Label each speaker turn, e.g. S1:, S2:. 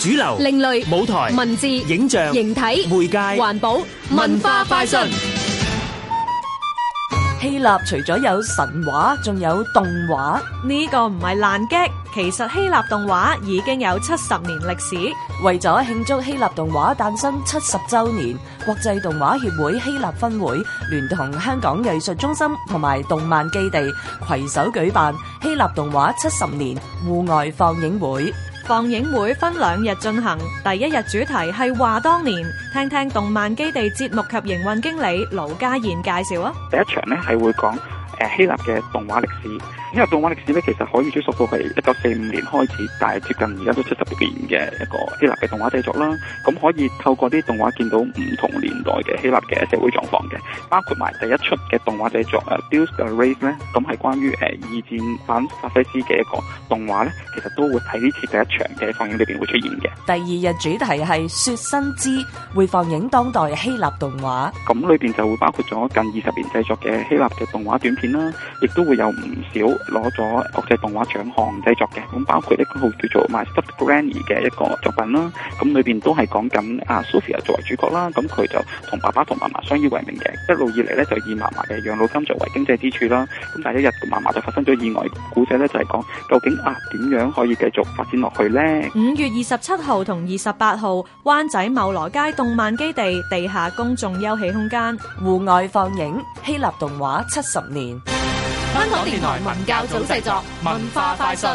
S1: 主流、
S2: 另類
S1: 舞台、
S2: 文字、
S1: 影像、
S2: 形體、
S1: 媒介、
S2: 環保、文化快訊。
S3: 希臘除咗有神話，仲有動畫。
S4: 呢個唔係爛 g 其實希臘動畫已經有七十年歷史。
S3: 為咗慶祝希臘動畫誕生七十週年，國際動畫協會希臘分會聯同香港藝術中心同埋動漫基地攜手舉辦希臘動畫七十年戶外放映會。
S4: 放映會分兩日進行，第一日主題係話當年，聽聽動漫基地節目及營運經理盧家賢介紹啊。
S5: 第一場咧係會講誒、呃希臘嘅動畫歷史。希臘動畫歷史咧，其實可以追溯到係一九四五年開始，但係接近而家都七十年嘅一個希臘嘅動畫製作啦。咁可以透過啲動畫見到唔同年代嘅希臘嘅社會狀況嘅，包括埋第一出嘅動畫製作誒《Bills the Race》咧，咁係關於誒、呃二戰反法西斯嘅一個動畫咧，其實都會喺呢次第一場嘅放映裏邊會出現嘅。
S3: 第二日主題係雪新知，會放映當代希臘動畫。
S5: 咁裏邊就會包括咗近二十年製作嘅希臘嘅動畫短片啦，亦都會有唔少攞咗國際動畫獎項製作嘅，咁包括一個叫做《My Stuffed Granny》嘅一個作品啦，咁裏邊都係講緊啊 Sophia 作為主角啦，咁佢就同爸爸同嫲嫲相依為命嘅，一路以嚟咧就以嫲嫲嘅養老金作為經濟支柱啦，咁但係一日嫲嫲就發生咗意外，故仔咧就係講究竟啊點樣可以繼續發展落去呢？
S4: 五月二十七號同二十八號，灣仔茂羅街動漫基地地下公眾休憩空間。
S3: 戶外放映希臘動畫七十年。
S2: 香港電台文教組製作，文化快訊。